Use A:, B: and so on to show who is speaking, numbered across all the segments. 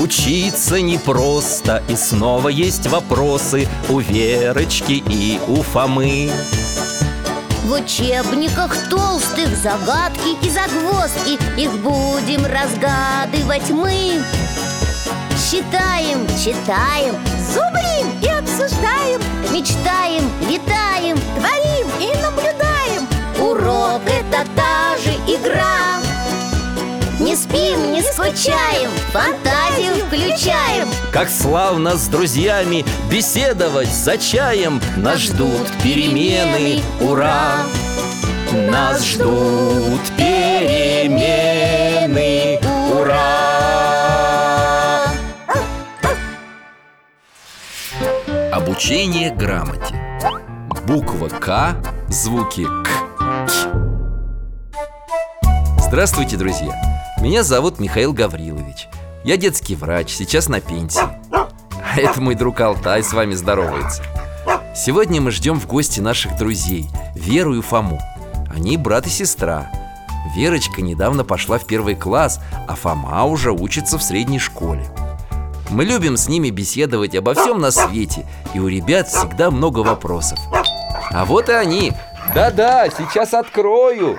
A: учиться непросто И снова есть вопросы у Верочки и у Фомы
B: В учебниках толстых загадки и загвоздки Их будем разгадывать мы Считаем, читаем,
C: зубрим и обсуждаем
B: мечтаем, витаем
C: Творим и наблюдаем
B: Урок – это та же игра Не спим, не скучаем, фантазию включаем
A: Как славно с друзьями беседовать за чаем Нас ждут перемены, ура! Нас ждут перемены, ура! Обучение грамоте Буква К, звуки К Здравствуйте, друзья! Меня зовут Михаил Гаврилович Я детский врач, сейчас на пенсии А это мой друг Алтай, с вами здоровается Сегодня мы ждем в гости наших друзей Веру и Фому Они брат и сестра Верочка недавно пошла в первый класс, а Фома уже учится в средней школе мы любим с ними беседовать обо всем на свете И у ребят всегда много вопросов А вот и они Да-да, сейчас открою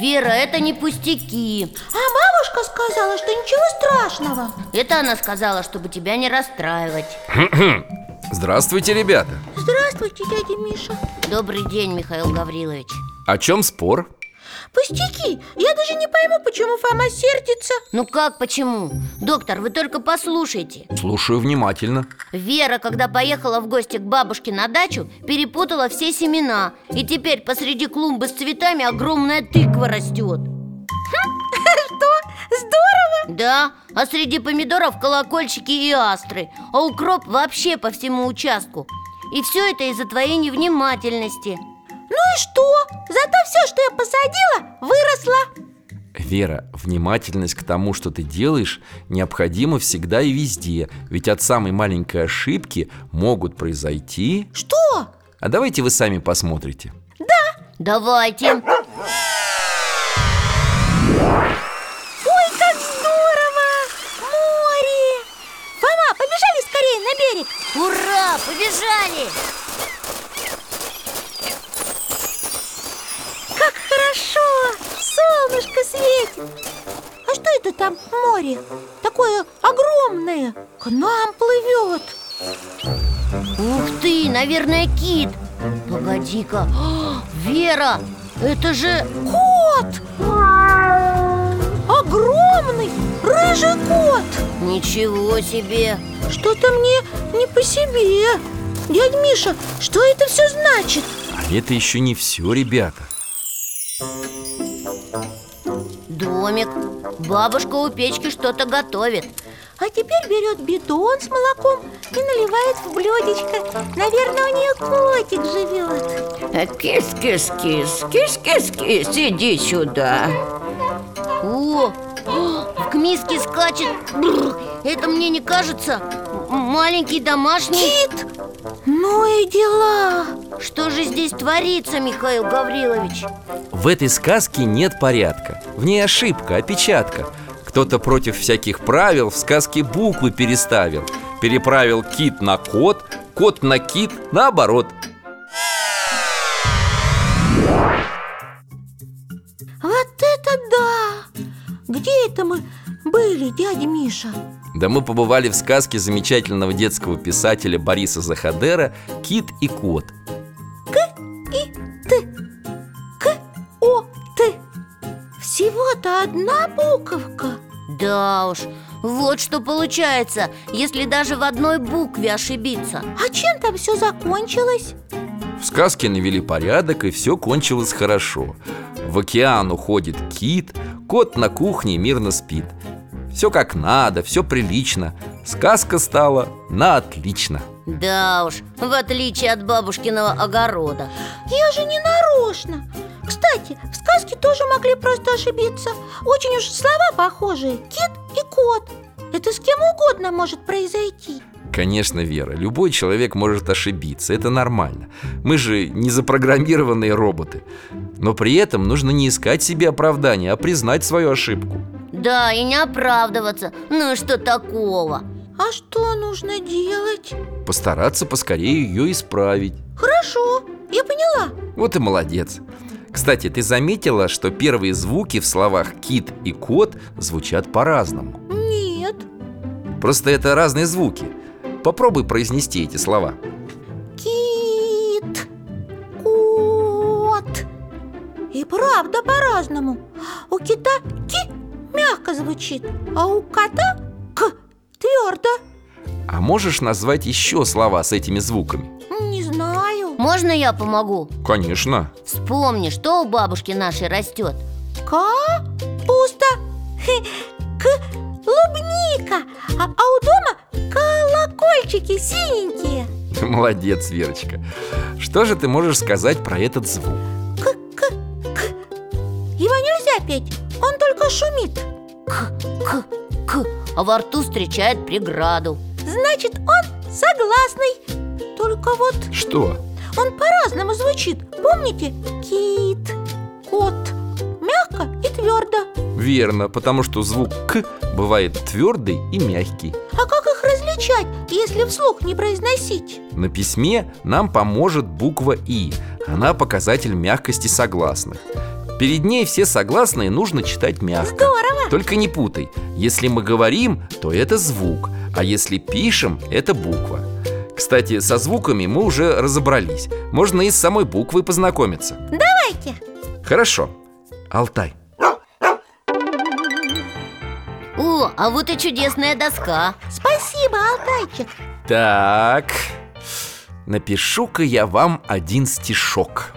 B: Вера, это не пустяки
C: А бабушка сказала, что ничего страшного
B: Это она сказала, чтобы тебя не расстраивать
A: Здравствуйте, ребята
C: Здравствуйте, дядя Миша
B: Добрый день, Михаил Гаврилович
A: О чем спор?
C: Пустяки, я даже не пойму, почему Фома сердится
B: Ну как, почему? Доктор, вы только послушайте
A: Слушаю внимательно
B: Вера, когда поехала в гости к бабушке на дачу, перепутала все семена И теперь посреди клумбы с цветами огромная тыква растет
C: Что? Здорово!
B: Да, а среди помидоров колокольчики и астры А укроп вообще по всему участку И все это из-за твоей невнимательности
C: Ну и что? Зато все, что я посадила, выросло
A: Вера, внимательность к тому, что ты делаешь, необходима всегда и везде Ведь от самой маленькой ошибки могут произойти...
C: Что?
A: А давайте вы сами посмотрите
B: Давайте
C: Ой, как здорово! Море! Фома, побежали скорее на берег
B: Ура, побежали!
C: Как хорошо! Солнышко светит А что это там море? Такое огромное К нам плывет
B: Ух ты, наверное, кит Погоди-ка А, Вера, это же...
C: Кот! Огромный рыжий кот!
B: Ничего себе
C: Что-то мне не по себе Дядь Миша, что это все значит?
A: А это еще не все, ребята
B: Домик Бабушка у печки что-то готовит
C: А теперь берет бидон с молоком и наливает в блюдечко Наверное, у нее котик живет
D: Кис-кис-кис, кис-кис-кис, иди сюда
B: О, а, к миске скачет Бррр, Это мне не кажется М- Маленький домашний
C: Кит! Ну и дела!
B: Что же здесь творится, Михаил Гаврилович?
A: В этой сказке нет порядка В ней ошибка, опечатка Кто-то против всяких правил в сказке буквы переставил Переправил кит на кот, кот на кит, наоборот
C: Вот это да! Где это мы были, дядя Миша?
A: Да мы побывали в сказке замечательного детского писателя Бориса Захадера «Кит и кот»
C: И Т К О Т Всего-то одна буковка
B: Да уж, вот что получается Если даже в одной букве ошибиться
C: А чем там все закончилось?
A: В сказке навели порядок, и все кончилось хорошо В океан уходит кит, кот на кухне мирно спит Все как надо, все прилично Сказка стала на отлично
B: Да уж, в отличие от бабушкиного огорода
C: Я же не нарочно Кстати, в сказке тоже могли просто ошибиться Очень уж слова похожие Кит и кот Это с кем угодно может произойти
A: Конечно, Вера, любой человек может ошибиться, это нормально Мы же не запрограммированные роботы Но при этом нужно не искать себе оправдания, а признать свою ошибку
B: Да, и не оправдываться Ну и что такого?
C: А что нужно делать?
A: Постараться поскорее ее исправить
C: Хорошо, я поняла
A: Вот и молодец Кстати, ты заметила, что первые звуки в словах «кит» и «кот» звучат по-разному?
C: Нет,
A: Просто это разные звуки Попробуй произнести эти слова
C: кит, кот И правда по-разному У кита ки мягко звучит, а у кота к твердо
A: А можешь назвать еще слова с этими звуками?
C: Не знаю
B: Можно я помогу?
A: Конечно
B: Вспомни, что у бабушки нашей растет
C: Капуста Хе, Клубника а, а у дома колокольчики синенькие
A: Молодец, Верочка Что же ты можешь сказать про этот звук?
C: Его нельзя петь, он только шумит
B: К, к, к А во рту встречает преграду
C: Значит, он согласный Только вот
A: Что?
C: он по-разному звучит Помните? Кит, кот Мягко и твердо
A: Верно, потому что звук «к» бывает твердый и мягкий
C: А как их различать, если вслух не произносить?
A: На письме нам поможет буква «и» Она показатель мягкости согласных Перед ней все согласные нужно читать мягко
C: Здорово!
A: Только не путай Если мы говорим, то это звук А если пишем, это буква Кстати, со звуками мы уже разобрались Можно и с самой буквой познакомиться
C: Давайте!
A: Хорошо. Алтай,
B: О, а вот и чудесная доска
C: Спасибо, Алтайчик
A: так, напишу-ка я вам один стишок.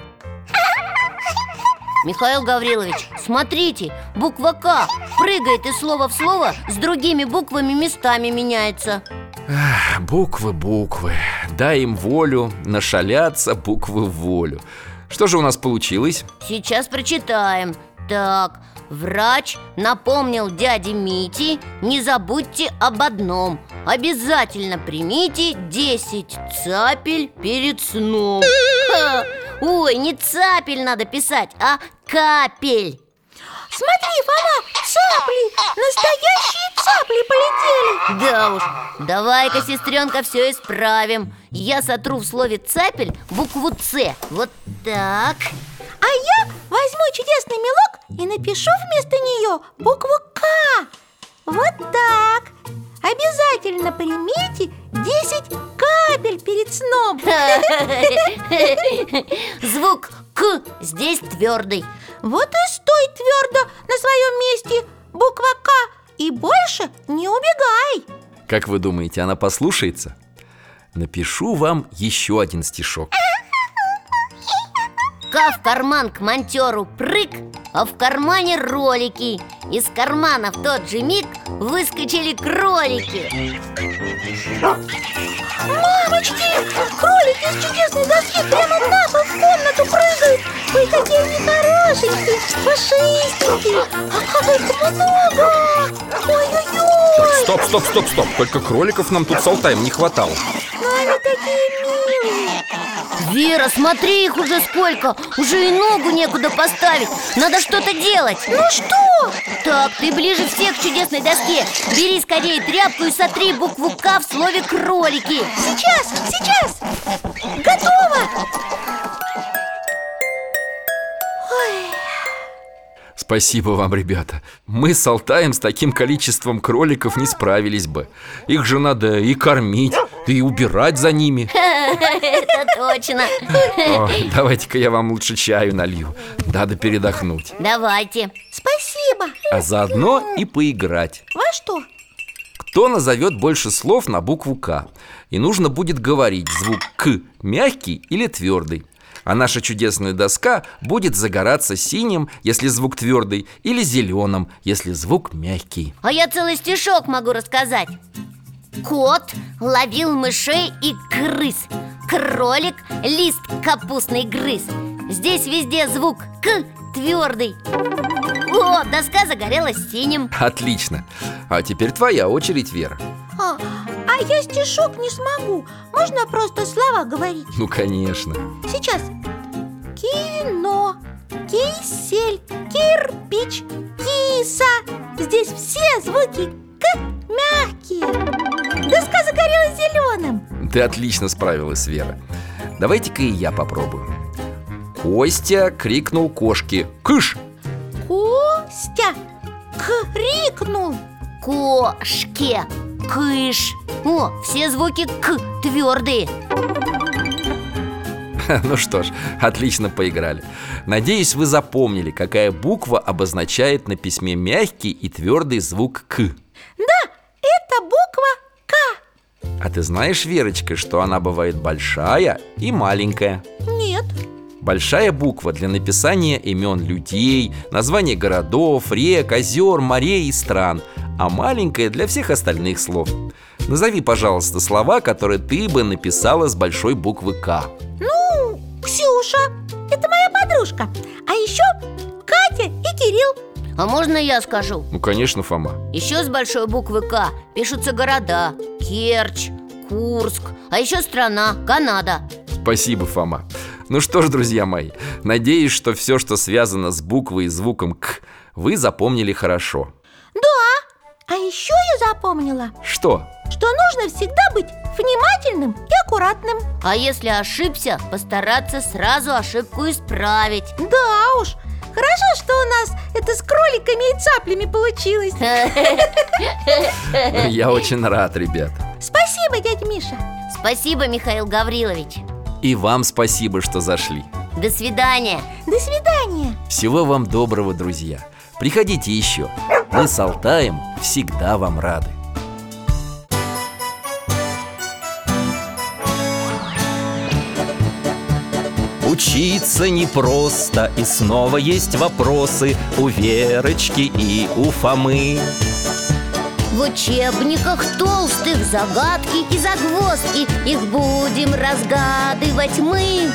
B: Михаил Гаврилович, смотрите, буква К прыгает из слова в слово С другими буквами местами меняется
A: А Буквы, буквы, дай им волю, нашалятся буквы в волю. Что же у нас получилось?
B: Сейчас прочитаем Так, врач напомнил дяде Мите Не забудьте об одном Обязательно примите 10 цапель перед сном Ха! Ой, не цапель надо писать, а капель
C: Смотри, Фома, цапли! Настоящие цапли полетели!
B: Да уж, давай-ка, сестренка, все исправим Я сотру в слове «цапель» букву «Ц» Вот так
C: А я возьму чудесный мелок и напишу вместо нее букву К. Вот так. Обязательно примите 10 капель перед сном.
B: Звук «К» здесь твердый
C: Вот и стой твердо на своем месте, буква К. И больше не убегай.
A: Как вы думаете, она послушается? Напишу вам еще один стишок.
B: Ка в карман к монтеру прыг, а в кармане ролики Из кармана в тот же миг выскочили кролики
C: Мамочки, кролики с чудесной доски прямо на пол в комнату прыгают. Ой, какие они хорошенькие, пушистенькие. А как их много. Ой-ой-ой.
A: Стоп, стоп, стоп, стоп. Только кроликов нам тут с Алтаем не хватало.
C: Но они такие милые
B: Вера, смотри их уже сколько Уже и ногу некуда поставить Надо что-то делать
C: Ну что?
B: Так, ты ближе всех к чудесной доске Бери скорее тряпку и сотри букву «К» в слове «кролики»
C: Сейчас, сейчас Готово
A: Спасибо вам, ребята. Мы с Алтаем с таким количеством кроликов не справились бы. Их же надо и кормить, да и убирать за ними.
B: Это точно
A: О, давайте-ка я вам лучше чаю налью. Надо передохнуть.
B: Давайте
C: Спасибо
A: А заодно и поиграть.
C: Во что?
A: Кто назовет больше слов на букву К? И нужно будет говорить звук К мягкий или твердый. А наша чудесная доска будет загораться синим, если звук твердый, или зеленым, если звук мягкий.
B: А я целый стишок могу рассказать Кот ловил мышей и крыс Кролик лист капустный грыз Здесь везде звук «к» твердый О, доска загорелась синим
A: Отлично. А теперь твоя очередь, Вера.
C: А, а я стишок не смогу Можно просто слова говорить
A: Ну, конечно.
C: Сейчас Кино Кисель Кирпич Киса Здесь все звуки «к» мягкие Доска загорелась зеленым
A: Ты отлично справилась, Вера. Давайте-ка и я попробую. Костя крикнул кошке «Кыш!»
C: Костя крикнул
B: Кошке Кыш О, все звуки К твердые
A: Ну что ж, отлично поиграли. Надеюсь, вы запомнили, какая буква обозначает на письме мягкий и твердый звук «к».
C: Да, это буква «К»
A: А ты знаешь, Верочка, что она бывает большая и маленькая?
C: Нет,
A: Большая буква для написания имен людей, названий городов, рек, озер, морей и стран, а маленькая для всех остальных слов. Назови, пожалуйста, слова, которые ты бы написала с большой буквы «К».
C: ну, Ксюша Это моя подружка А еще Катя и Кирилл
B: А можно я скажу?
A: Ну, конечно, Фома.
B: Еще с большой буквы К пишутся города Керчь, Курск А еще страна Канада
A: Спасибо, Фома. Ну что ж, друзья мои, надеюсь, что все, что связано с буквой и звуком «К», вы запомнили хорошо.
C: Да, а еще я запомнила,
A: Что?
C: что нужно всегда быть внимательным и аккуратным
B: А если ошибся, постараться сразу ошибку исправить
C: Да уж, хорошо, что у нас это с кроликами и цаплями получилось
A: Я очень рад, ребята.
C: Спасибо, дядя Миша
B: Спасибо, Михаил Гаврилович
A: И вам спасибо, что зашли.
B: До свидания
C: До свидания
A: Всего вам доброго, друзья. Приходите еще. Мы с Алтаем всегда вам рады. Учиться непросто, и снова есть вопросы у Верочки и у Фомы.
B: В учебниках толстых загадки и загвоздки Их будем разгадывать мы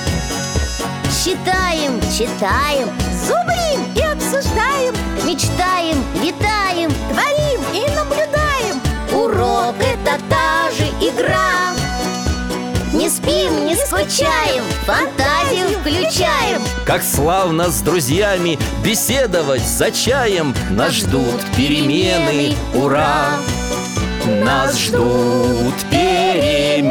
B: Считаем, читаем,
C: Зубрим и обсуждаем,
B: мечтаем, летаем
C: творим и наблюдаем
B: Урок это та же игра Не спим, не скучаем, фантазию включаем
A: Как славно с друзьями беседовать за чаем Нас ждут перемены, ура! Нас ждут перемены